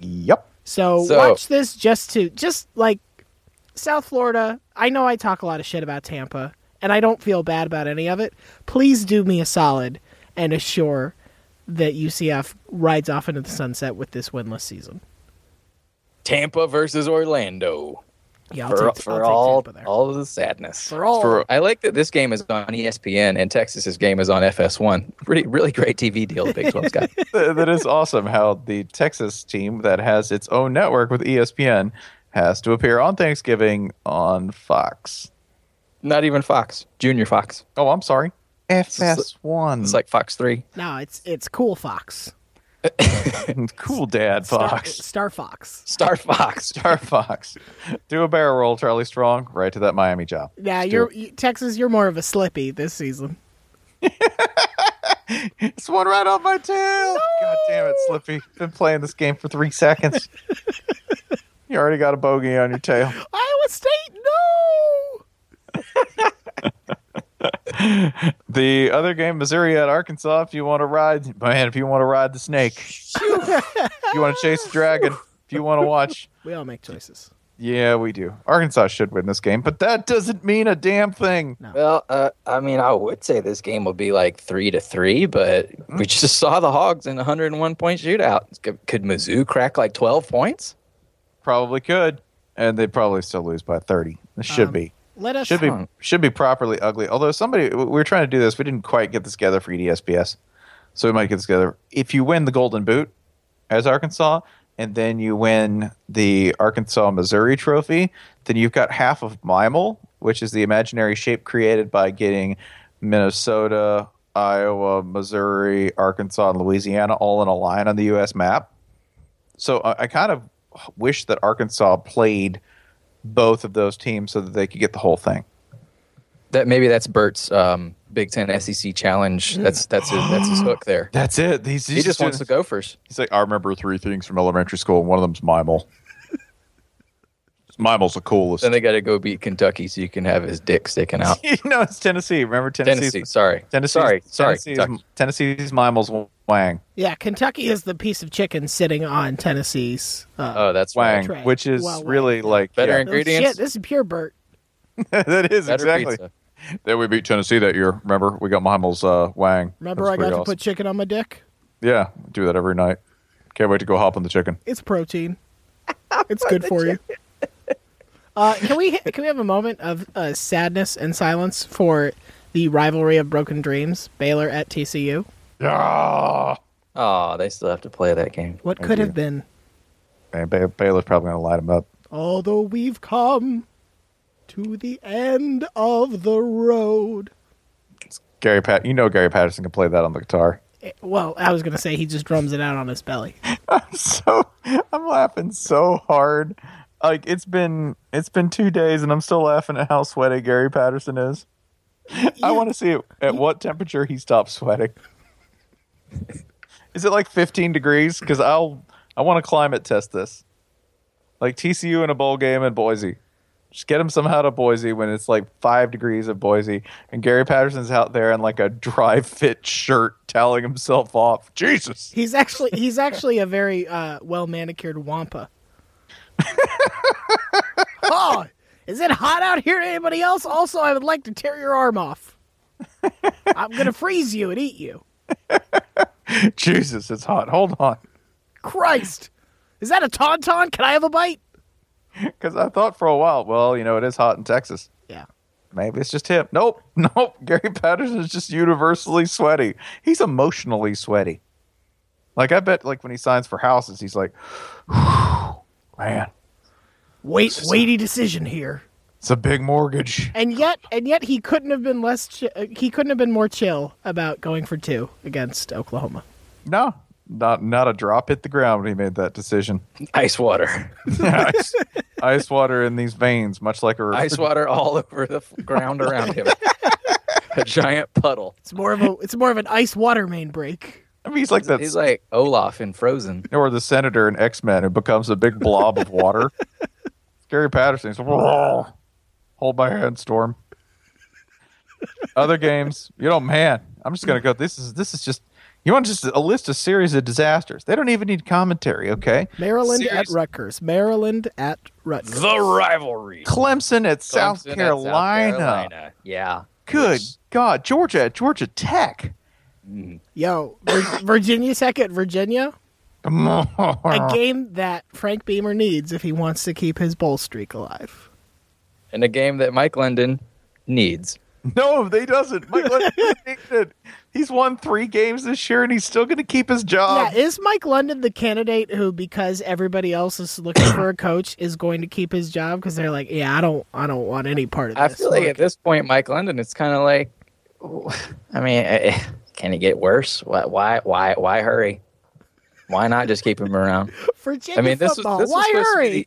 Speaker 1: Yep.
Speaker 2: So,
Speaker 3: So-
Speaker 2: watch this just to just like South Florida. I know I talk a lot of shit about Tampa, and I don't feel bad about any of it. Please do me a solid and assure that UCF rides off into the sunset with this winless season.
Speaker 3: Tampa versus Orlando.
Speaker 2: Yeah, I'll
Speaker 3: for
Speaker 2: take,
Speaker 3: for
Speaker 2: I'll take
Speaker 3: all
Speaker 2: Tampa there.
Speaker 3: all of the sadness.
Speaker 2: for all
Speaker 1: for-
Speaker 3: I like that this game is on E ESPN and Texas's game is on FS1. Really, really great TV deal the Big 12's got.
Speaker 1: Th- that is awesome how the Texas team that has its own network with E ESPN has to appear on Thanksgiving on Fox.
Speaker 3: Not even Fox, Junior Fox.
Speaker 1: Oh, I'm sorry. FS1.
Speaker 3: It's like Fox Three.
Speaker 2: no, it's it's cool Fox,
Speaker 1: cool dad
Speaker 2: Star-
Speaker 1: Fox.
Speaker 2: Star Fox.
Speaker 3: Star Fox.
Speaker 1: Star Fox. Do a barrel roll, Charlie Strong, right to that Miami job.
Speaker 2: Yeah,
Speaker 1: Let's do
Speaker 2: you're you, Texas. You're more of a slippy this season.
Speaker 1: it. It's one right on my tail. God damn it, Slippy. Been playing this game for three seconds. you already got a bogey on your tail.
Speaker 2: Iowa State, no.
Speaker 1: The other game, Missouri at Arkansas. If you want to ride, man, if you want to ride the snake, if you want to chase the dragon, if you want to watch,
Speaker 2: We all make choices.
Speaker 1: yeah, we do. Arkansas should win this game, but that doesn't mean a damn thing.
Speaker 3: Well, uh, I mean, I would say this game will be like three to three, but we just saw the Hogs in a 101 point shootout. Could, could Mizzou crack like 12 points?
Speaker 1: Probably could, and they probably still lose by thirty. This should
Speaker 2: Um,
Speaker 1: be.
Speaker 2: Let us.
Speaker 1: should be
Speaker 3: fun.
Speaker 1: should be properly ugly. Although somebody, we were trying to do this, we didn't quite get this together for E EDSBS, so we might get this together. If you win the Golden Boot as Arkansas, and then you win the Arkansas Missouri Trophy, then you've got half of MIMAL, which is the imaginary shape created by getting Minnesota, Iowa, Missouri, Arkansas, and Louisiana all in a line on the U.S. map. So I, I kind of wish that Arkansas played both of those teams so that they could get the whole thing.
Speaker 3: That maybe that's Bert's um, Big Ten SEC challenge. That's that's his that's his hook there.
Speaker 1: That's it. He's, he's
Speaker 3: He just wants the
Speaker 1: doing-
Speaker 3: Gophers.
Speaker 1: He's like, I remember three things from elementary school, and one of them's Mimal. Mimal's the coolest.
Speaker 3: Then they got to go beat Kentucky so you can have his dick sticking out.
Speaker 1: no, it's Tennessee. Remember Tennessee's,
Speaker 3: Tennessee, sorry,
Speaker 1: Tennessee's,
Speaker 3: sorry, sorry.
Speaker 1: Tennessee's,
Speaker 3: Kentucky.
Speaker 1: Tennessee's Mimal's wang,
Speaker 2: Yeah, Kentucky is the piece of chicken sitting on Tennessee's. Uh,
Speaker 3: Oh, that's
Speaker 1: wang,
Speaker 3: right.
Speaker 2: Right.
Speaker 1: which is
Speaker 2: Well, wang.
Speaker 1: really like
Speaker 3: Better
Speaker 1: yeah.
Speaker 3: in-
Speaker 2: oh,
Speaker 3: ingredients?
Speaker 2: Shit, this is pure Bert.
Speaker 1: that is
Speaker 3: Better
Speaker 1: exactly.
Speaker 3: pizza.
Speaker 1: There we beat Tennessee that year. Remember, we got Mimal's uh, wang.
Speaker 2: Remember,
Speaker 1: That's
Speaker 2: I got
Speaker 1: pretty
Speaker 2: to put chicken on my dick.
Speaker 1: awesome. Yeah, do that every night. Can't wait to go hop on the chicken.
Speaker 2: It's protein. It's good for you. Uh, can we can we have a moment of uh, sadness and silence for the rivalry of broken dreams, Baylor at TCU?
Speaker 1: Yeah.
Speaker 3: Oh, they still have to play that game.
Speaker 2: What could have been?
Speaker 1: Man, Bay- Baylor's probably gonna light him up.
Speaker 2: Although we've come to the end of the road.
Speaker 1: Gary Pat, you know Gary Patterson can play that on the guitar.
Speaker 2: Eh, Well, I was going to say he just drums it out on his belly.
Speaker 1: so I'm laughing so hard. Like it's been it's been two days and I'm still laughing at how sweaty Gary Patterson is. I want to see at what temperature he stops sweating. is it like 15 degrees? Because I'll I want to climate test this. Like TCU in a bowl game in Boise. Just get him somehow to Boise when it's like five degrees of Boise, and Gary Patterson's out there in like a dry fit shirt, toweling himself off. Jesus.
Speaker 2: He's actually he's actually a very uh, well manicured wampa. oh, is it hot out here to anybody else? Also, I would like to tear your arm off. I'm going to freeze you and eat you.
Speaker 1: Jesus, it's hot. Hold on.
Speaker 2: Christ. Is that a tauntaun? Can I have a bite?
Speaker 1: Because I thought for a while, well, you know, it is hot in Texas.
Speaker 2: Yeah.
Speaker 1: Maybe it's just him. Nope. Nope. Gary Patterson is just universally sweaty. He's emotionally sweaty. Like, I bet, like, when he signs for houses, he's like, man,
Speaker 2: Wait, weighty decision here.
Speaker 1: it's a big mortgage.
Speaker 2: and yet and yet he couldn't have been less chi- uh, he couldn't have been more chill about going for two against Oklahoma.
Speaker 1: No, not not a drop hit the ground when he made that decision.
Speaker 3: Ice water,
Speaker 1: ice, ice water in these veins, much like a
Speaker 3: ice water all over the f- ground around him. a giant puddle.
Speaker 2: It's more of a it's more of an ice water main break.
Speaker 1: I mean, he's like that,
Speaker 3: He's like Olaf in Frozen.
Speaker 1: or the senator in X Men who becomes a big blob of water. Gary Patterson. He's like, "Whoa, hold my hand, Storm. Other games, you know, man. I'm just gonna go. This is this is just. You want just a list of series of disasters? They don't even need commentary, okay?
Speaker 2: Maryland at
Speaker 1: Series-
Speaker 2: Rutgers. Maryland at Rutgers.
Speaker 3: The rivalry.
Speaker 1: Clemson at South,
Speaker 3: Clemson at
Speaker 1: Carolina.
Speaker 3: Carolina. Yeah.
Speaker 1: Good
Speaker 3: Which-
Speaker 1: God, Georgia at Georgia Tech.
Speaker 2: Yo, Vir- Virginia Tech at Virginia.
Speaker 1: Come
Speaker 2: A
Speaker 3: Uh.
Speaker 1: on.
Speaker 2: game that Frank Beamer needs if he wants to keep his bowl streak alive.
Speaker 3: in a game that Mike London needs.
Speaker 1: No, they doesn't. Mike Leach- he's won three games this year, and he's still going to keep his
Speaker 3: Um,
Speaker 1: job.
Speaker 2: yeah, is Mike London the candidate who, because everybody else is looking for a coach, is going to keep his job because they're like, yeah, I don't, I don't want any part of
Speaker 3: I
Speaker 2: this.
Speaker 3: feel like
Speaker 2: Look,
Speaker 3: at this point, Mike London, it's kind of like, I mean, eh, eh, can it get worse? Why, why, why, why hurry? Why not just keep him around?
Speaker 2: Virginia
Speaker 3: I mean, this was,
Speaker 2: football.
Speaker 3: this was
Speaker 2: Why
Speaker 3: supposed to
Speaker 2: hurry?
Speaker 3: be-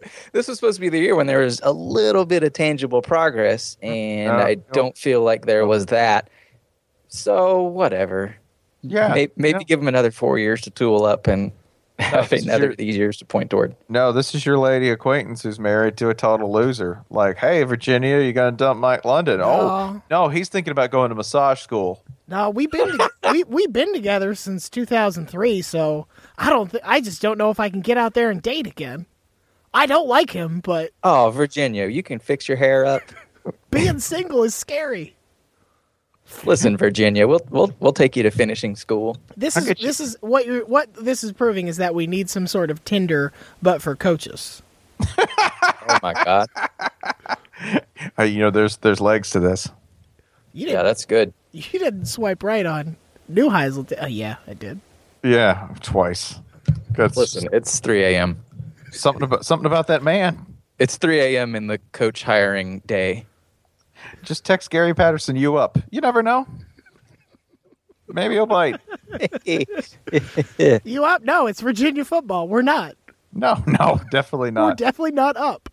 Speaker 3: this was supposed to be the year when there was a little bit of tangible progress, and
Speaker 1: Uh,
Speaker 3: I
Speaker 1: no.
Speaker 3: don't feel like there was that. So whatever.
Speaker 1: Yeah,
Speaker 3: May- maybe give him another four years to tool up and have
Speaker 1: this is
Speaker 3: another
Speaker 1: your-
Speaker 3: of these years to point toward.
Speaker 1: No, this is your lady acquaintance who's married to a total loser. Like, hey, Virginia, you going to dump Mike London? Oh, no, he's thinking about going to massage school.
Speaker 2: No, we've been to, we we've been together since 2003. So I don't. Th- I just don't know if I can get out there and date again. I don't like him, but
Speaker 3: Oh, Virginia, you can fix your hair up.
Speaker 2: being single is scary.
Speaker 3: Listen, Virginia, we'll we'll we'll take you to finishing school.
Speaker 2: This
Speaker 1: I
Speaker 2: is
Speaker 1: get you.
Speaker 2: this is what you're what this is proving is that we need some sort of Tinder, but for coaches.
Speaker 3: Oh my god,
Speaker 1: Hey, you know, there's there's legs to this.
Speaker 2: You
Speaker 3: yeah,
Speaker 2: didn't.
Speaker 3: that's good.
Speaker 2: you didn't swipe right on New Heisel. Did, oh yeah, I did.
Speaker 1: Yeah, twice. That's
Speaker 3: Listen, it's 3 a.m.
Speaker 1: something about something about that man.
Speaker 3: It's 3 a.m. in the coach hiring day.
Speaker 1: Just text Gary Patterson you up. You never know. Maybe he'll bite.
Speaker 2: You up? No, it's Virginia football. We're not.
Speaker 1: No, no, definitely
Speaker 2: We're
Speaker 1: not.
Speaker 2: definitely not up.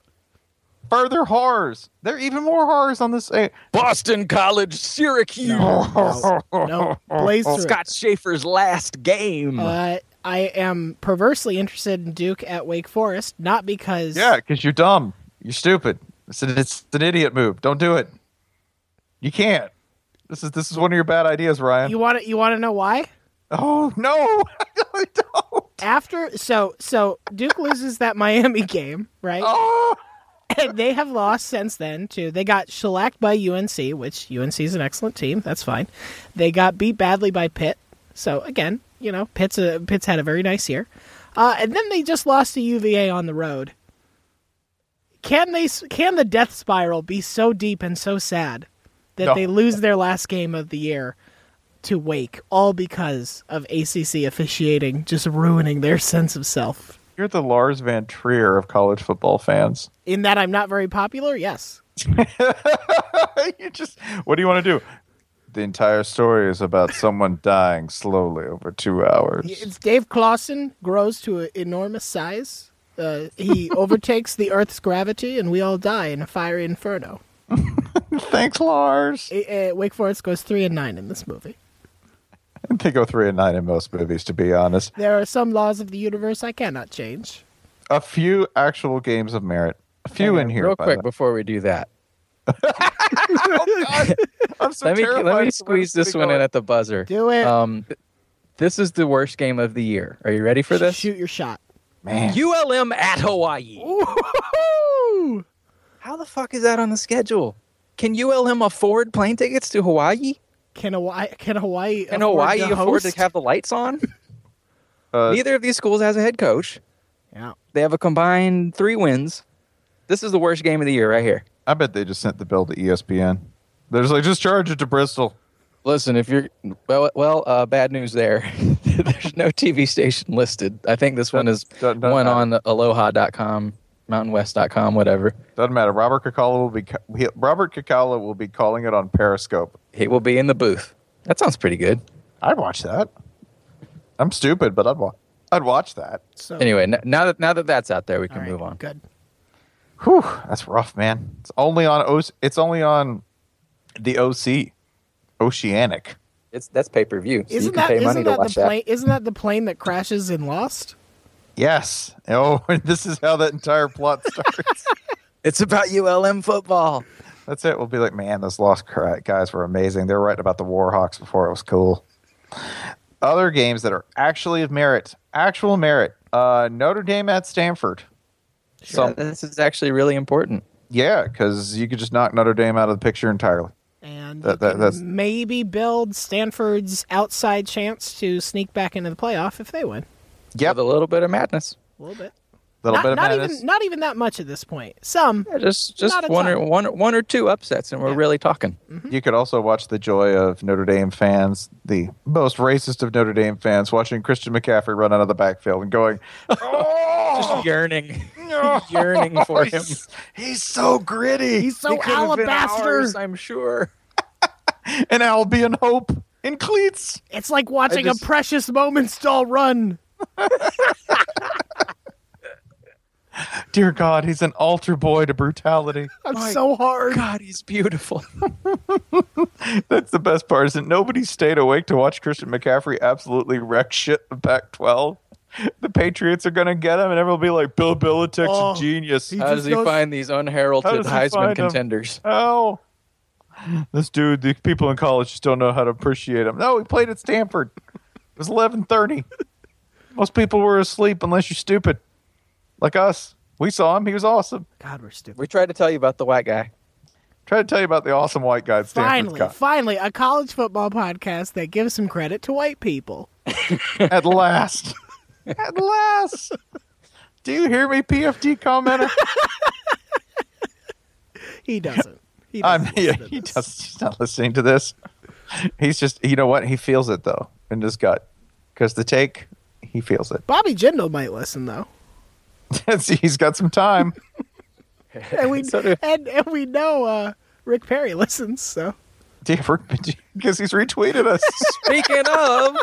Speaker 1: Further horrors. There are even more horrors on this. eh,
Speaker 3: Boston College, Syracuse,
Speaker 2: No, no, blaze through it.
Speaker 3: Scott Schaefer's last game.
Speaker 2: Uh, I am perversely interested in Duke at Wake Forest, not because
Speaker 1: Yeah, because you're dumb. You're stupid. It's an, it's an idiot move. Don't do it. You can't. This is this is one of your bad ideas, Ryan.
Speaker 2: you want to you want to know why.
Speaker 1: oh no! I don't.
Speaker 2: After so so Duke loses that Miami game, right?
Speaker 1: Oh,
Speaker 2: and they have lost since then too. They got shellacked by UNC, which UNC is an excellent team. That's fine. They got beat badly by Pitt. So again, you know, Pitt's a, Pitt's had a very nice year, uh, and then they just lost to UVA on the road. Can they? s- Can the death spiral be so deep and so sad that
Speaker 1: No.
Speaker 2: they lose their last game of the year to Wake, all because of ACC officiating just ruining their sense of self?
Speaker 1: you're the Lars Van Trier of college football fans.
Speaker 2: In that I'm not very popular. Yes.
Speaker 1: you just what do you want to do? The entire story is about someone dying slowly over two hours.
Speaker 2: It's Dave Clausen grows to an enormous size. Uh, he overtakes the Earth's gravity, and we all die in a fiery inferno.
Speaker 1: Thanks, Lars.
Speaker 2: I- uh, Wake Forest goes three and nine in this movie.
Speaker 1: They go three and nine in most movies, to be honest.
Speaker 2: There are some laws of the universe I cannot change.
Speaker 1: A few actual games of merit. A few in here.
Speaker 3: Real
Speaker 1: by
Speaker 3: quick
Speaker 1: the-
Speaker 3: before we do that,
Speaker 1: Oh, God. I'm so
Speaker 3: let me
Speaker 1: terrified
Speaker 3: let me
Speaker 1: for
Speaker 3: squeeze
Speaker 1: where
Speaker 3: this one in
Speaker 1: going.
Speaker 3: at the buzzer.
Speaker 2: Do it.
Speaker 3: Um, th- this is the worst game of the year. Are you ready for this?
Speaker 2: Shoot your shot.
Speaker 1: Man.
Speaker 3: ULM at Hawaii.
Speaker 2: Ooh.
Speaker 3: How the fuck is that on the schedule? Can ULM afford plane tickets to Hawaii?
Speaker 2: Can Hawaii? Can Hawaii?
Speaker 3: Can
Speaker 2: afford
Speaker 3: Hawaii
Speaker 2: to
Speaker 3: afford
Speaker 2: host?
Speaker 3: to have the lights on?
Speaker 1: Uh,
Speaker 3: Neither of these schools has a head coach.
Speaker 2: Yeah.
Speaker 3: They have a combined three wins. This is the worst game of the year right here.
Speaker 1: I bet they just sent the bill to E ESPN. They're just like, just charge it to Bristol.
Speaker 3: Listen, if you're well, well uh, bad news there. There's no TV station listed. I think this one is
Speaker 1: Doesn't- doesn't
Speaker 3: one
Speaker 1: matter.
Speaker 3: on aloha.com, mountainwest.com, whatever.
Speaker 1: Doesn't matter. Robert Kakala will be ca- he, Robert Kakala will be calling it on Periscope.
Speaker 3: It will be in the booth. That sounds pretty good.
Speaker 1: I'd watch that. I'm stupid, but I'd wa- I'd watch that.
Speaker 2: So,
Speaker 3: Anyway, n- now that now that that's out there, we
Speaker 2: all
Speaker 3: can
Speaker 2: right,
Speaker 3: move on.
Speaker 2: Good.
Speaker 1: Whew, that's rough, man. It's only on o- It's only on The OC, Oceanic.
Speaker 3: It's that's pay per view. So you
Speaker 2: Isn't
Speaker 3: can
Speaker 2: that
Speaker 3: pay money
Speaker 2: isn't
Speaker 3: to
Speaker 2: that the
Speaker 3: watch that.
Speaker 2: plane? Isn't that the plane that crashes in Lost?
Speaker 1: Yes. Oh, this is how that entire plot starts.
Speaker 3: It's about ULM football.
Speaker 1: That's it. We'll be like, man, those Lost cra- guys were amazing. They're writing about the Warhawks before it was cool. Other games that are actually of merit, actual merit. Uh, Notre Dame at Stanford. Some-
Speaker 3: So this is actually really important.
Speaker 1: yeah, because you could just knock Notre Dame out of the picture entirely.
Speaker 2: And
Speaker 1: That-
Speaker 2: you
Speaker 1: that-
Speaker 2: can
Speaker 1: that's-
Speaker 2: maybe build Stanford's outside chance to sneak back into the playoff if they win.
Speaker 1: Yep,
Speaker 3: With a little bit of madness.
Speaker 2: A little bit.
Speaker 1: little
Speaker 2: not,
Speaker 1: bit of
Speaker 2: not
Speaker 1: madness.
Speaker 2: even not even that much at this point. Some
Speaker 3: Yeah, just just
Speaker 2: Not a
Speaker 3: one or,
Speaker 2: ton.
Speaker 3: one, one or two upsets, and we're
Speaker 2: Yeah.
Speaker 3: really talking.
Speaker 2: mm-hmm.
Speaker 1: You could also watch the joy of Notre Dame fans, the most racist of Notre Dame fans, watching Christian McCaffrey run out of the backfield and going, "Oh,
Speaker 3: Just yearning, yearning for him.
Speaker 1: he's, he's so gritty.
Speaker 2: He's so
Speaker 1: He could have been
Speaker 2: alabaster.
Speaker 1: ours."
Speaker 3: I'm sure.
Speaker 1: And Albion Hope in cleats.
Speaker 2: it's like watching
Speaker 1: just-
Speaker 2: a precious moments doll run.
Speaker 1: Dear God, he's an altar boy to brutality.
Speaker 2: That's
Speaker 3: My
Speaker 2: so hard.
Speaker 3: God, he's beautiful.
Speaker 1: That's the best part, is that nobody stayed awake to watch Christian McCaffrey absolutely wreck shit the Pac 12. The Patriots are going to get him, and everyone will be like, Bill Belichick's
Speaker 2: Oh,
Speaker 1: a genius.
Speaker 3: How does he
Speaker 2: knows-
Speaker 3: find these
Speaker 1: How
Speaker 3: unheralded
Speaker 1: does he
Speaker 3: Heisman
Speaker 1: find 'em?
Speaker 3: contenders?
Speaker 1: Oh, this dude. The people in college just don't know how to appreciate him. No, he played at Stanford. It was eleven thirty. Most people were asleep unless you're stupid, like us. We saw him. He was awesome.
Speaker 2: God, we're stupid.
Speaker 3: We tried to tell you about the white guy.
Speaker 1: Try to tell you about the awesome white guy at Stanford.
Speaker 2: Finally, finally, a college football podcast that gives some credit to white people.
Speaker 1: At last, at last. Do you hear me, PFT commenter?
Speaker 2: He doesn't. He
Speaker 1: I'm,
Speaker 2: doesn't.
Speaker 1: yeah,
Speaker 2: listen to
Speaker 1: he
Speaker 2: this.
Speaker 1: does, he's not listening to this. He's just, you know what? He feels it though in his gut because the take, he feels it.
Speaker 2: Bobby Jindal might listen though,
Speaker 1: he's got some time.
Speaker 2: and we
Speaker 3: So do-
Speaker 2: and, and we know uh, Rick Perry listens. So
Speaker 1: Dave Rickman because he's retweeted us.
Speaker 3: Speaking of,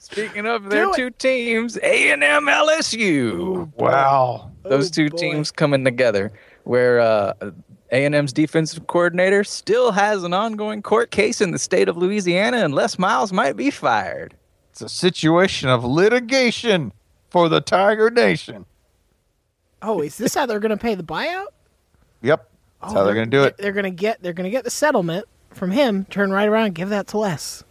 Speaker 3: speaking of their
Speaker 2: Do it.
Speaker 3: two teams, A and M LSU.
Speaker 1: wow.
Speaker 3: Those
Speaker 2: Oh,
Speaker 3: two
Speaker 2: boy.
Speaker 3: teams coming together, where uh, A and M's defensive coordinator still has an ongoing court case in the state of Louisiana, and Les Miles might be fired.
Speaker 1: It's a situation of litigation for the Tiger Nation.
Speaker 2: oh, is this how they're going to pay the buyout? Oh,
Speaker 1: Yep. That's how they're going to do it.
Speaker 2: They're going to get they're going to get the settlement from him. Turn right around, and give that to Les.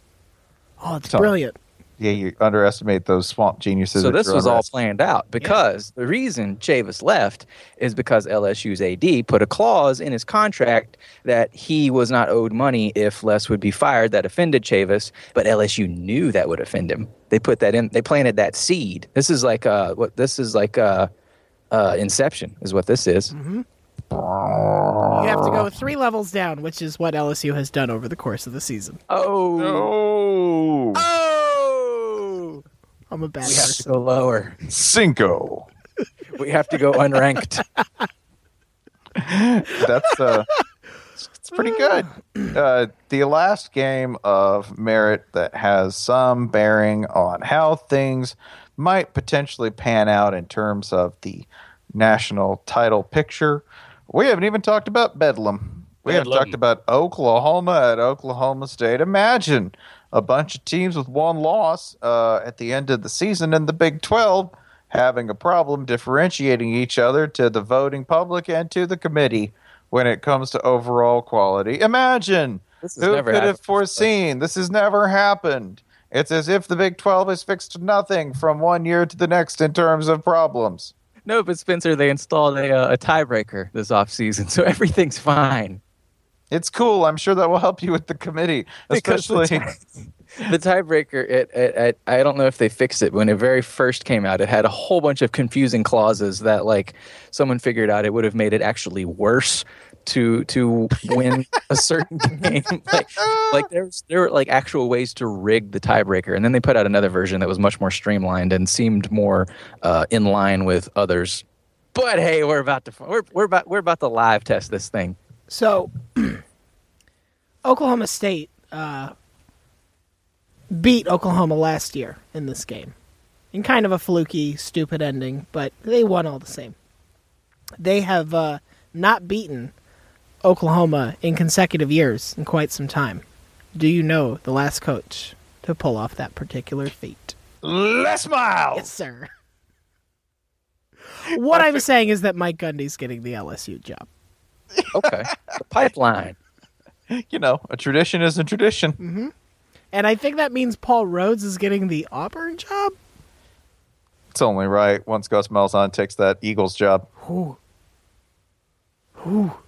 Speaker 2: Oh, it's
Speaker 1: Tell him.
Speaker 2: brilliant.
Speaker 1: Yeah, you underestimate those swamp geniuses.
Speaker 3: So
Speaker 1: that
Speaker 3: this
Speaker 1: you're
Speaker 3: was all
Speaker 1: underest-
Speaker 3: planned out because the reason Chavis left is because LSU's AD put a clause in his contract that he was not owed money if Les would be fired. That offended Chavis, but LSU knew that would offend him. They put that in. They planted that seed. This is like uh, what this is like uh, uh, Inception is what this is.
Speaker 2: You have to go three levels down, which is what LSU has done over the course of the season.
Speaker 3: Oh,
Speaker 1: Oh,
Speaker 3: oh!
Speaker 2: I'm a bad
Speaker 3: We have to
Speaker 2: person.
Speaker 3: go lower.
Speaker 1: Cinco.
Speaker 3: We have to go unranked.
Speaker 1: That's uh, it's it's pretty good. Uh, the last game of merit that has some bearing on how things might potentially pan out in terms of the national title picture. We haven't even talked about Bedlam. We haven't
Speaker 3: Bedlam.
Speaker 1: talked about Oklahoma at Oklahoma State. Imagine a bunch of teams with one loss uh, at the end of the season in the Big 12 having a problem differentiating each other to the voting public and to the committee when it comes to overall quality. Imagine
Speaker 3: This has
Speaker 1: who
Speaker 3: never
Speaker 1: could
Speaker 3: happened
Speaker 1: have foreseen this has never happened. It's as if the Big 12 is fixed to nothing from one year to the next in terms of problems.
Speaker 3: No, but Spencer, they installed a, uh, a tiebreaker this offseason, so everything's fine.
Speaker 1: It's cool. I'm sure that will help you with the committee,
Speaker 3: Because the
Speaker 1: especially.
Speaker 3: The tiebreaker, it, it, it, I don't know if they fixed it. When it very first came out, it had a whole bunch of confusing clauses that, like, someone figured out it would have made it actually worse to to win a certain game. Like, like there's there were like actual ways to rig the tiebreaker, and then they put out another version that was much more streamlined and seemed more uh, in line with others. But hey, we're about to we're, we're about we're about to live test this thing.
Speaker 2: So, Oklahoma State uh, beat Oklahoma last year in this game, in kind of a fluky, stupid ending, but they won all the same. They have uh, not beaten Oklahoma in consecutive years in quite some time. Do you know the last coach to pull off that particular feat?
Speaker 1: Les Miles.
Speaker 2: Yes, sir. What I'm saying is that Mike Gundy's getting the LSU job.
Speaker 3: Okay. the pipeline.
Speaker 1: You know, a tradition is a tradition.
Speaker 2: And I think that means Paul Rhodes is getting the Auburn job?
Speaker 1: It's only right once Gus Malzahn takes that Eagles job.
Speaker 2: Ooh.